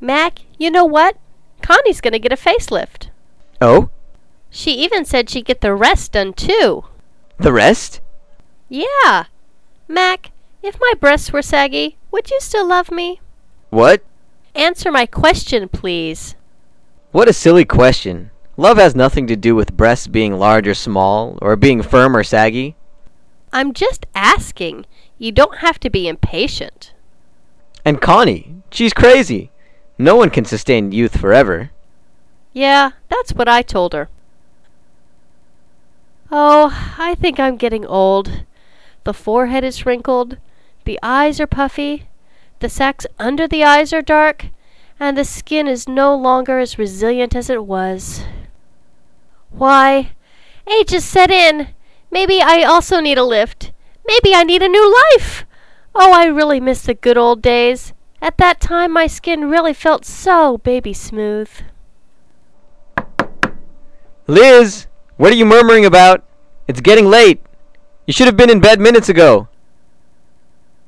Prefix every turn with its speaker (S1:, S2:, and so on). S1: Mac, you know what? Connie's going to get a facelift.
S2: Oh,
S1: She even said she'd get the rest done too.
S2: the rest?
S1: Yeah. Mac, if my breasts were saggy, would you still love me?
S2: What?
S1: Answer my question, please.
S2: What a silly question. Love has nothing to do with breasts being large or small, or being firm or saggy.
S1: I'm just asking. You don't have to be impatient.
S2: And Connie, she's crazy. No one can sustain youth forever.
S1: Yeah, that's what I told her. Oh, I think I'm getting old. The forehead is wrinkled, the eyes are puffy, the sacs under the eyes are dark, and the skin is no longer as resilient as it was. Why, age has set in. Maybe I also need a lift. Maybe I need a new life. Oh, I really miss the good old days. At that time, my skin really felt so baby smooth.
S2: Liz, what are you murmuring about? It's getting late. You should have been in bed minutes ago.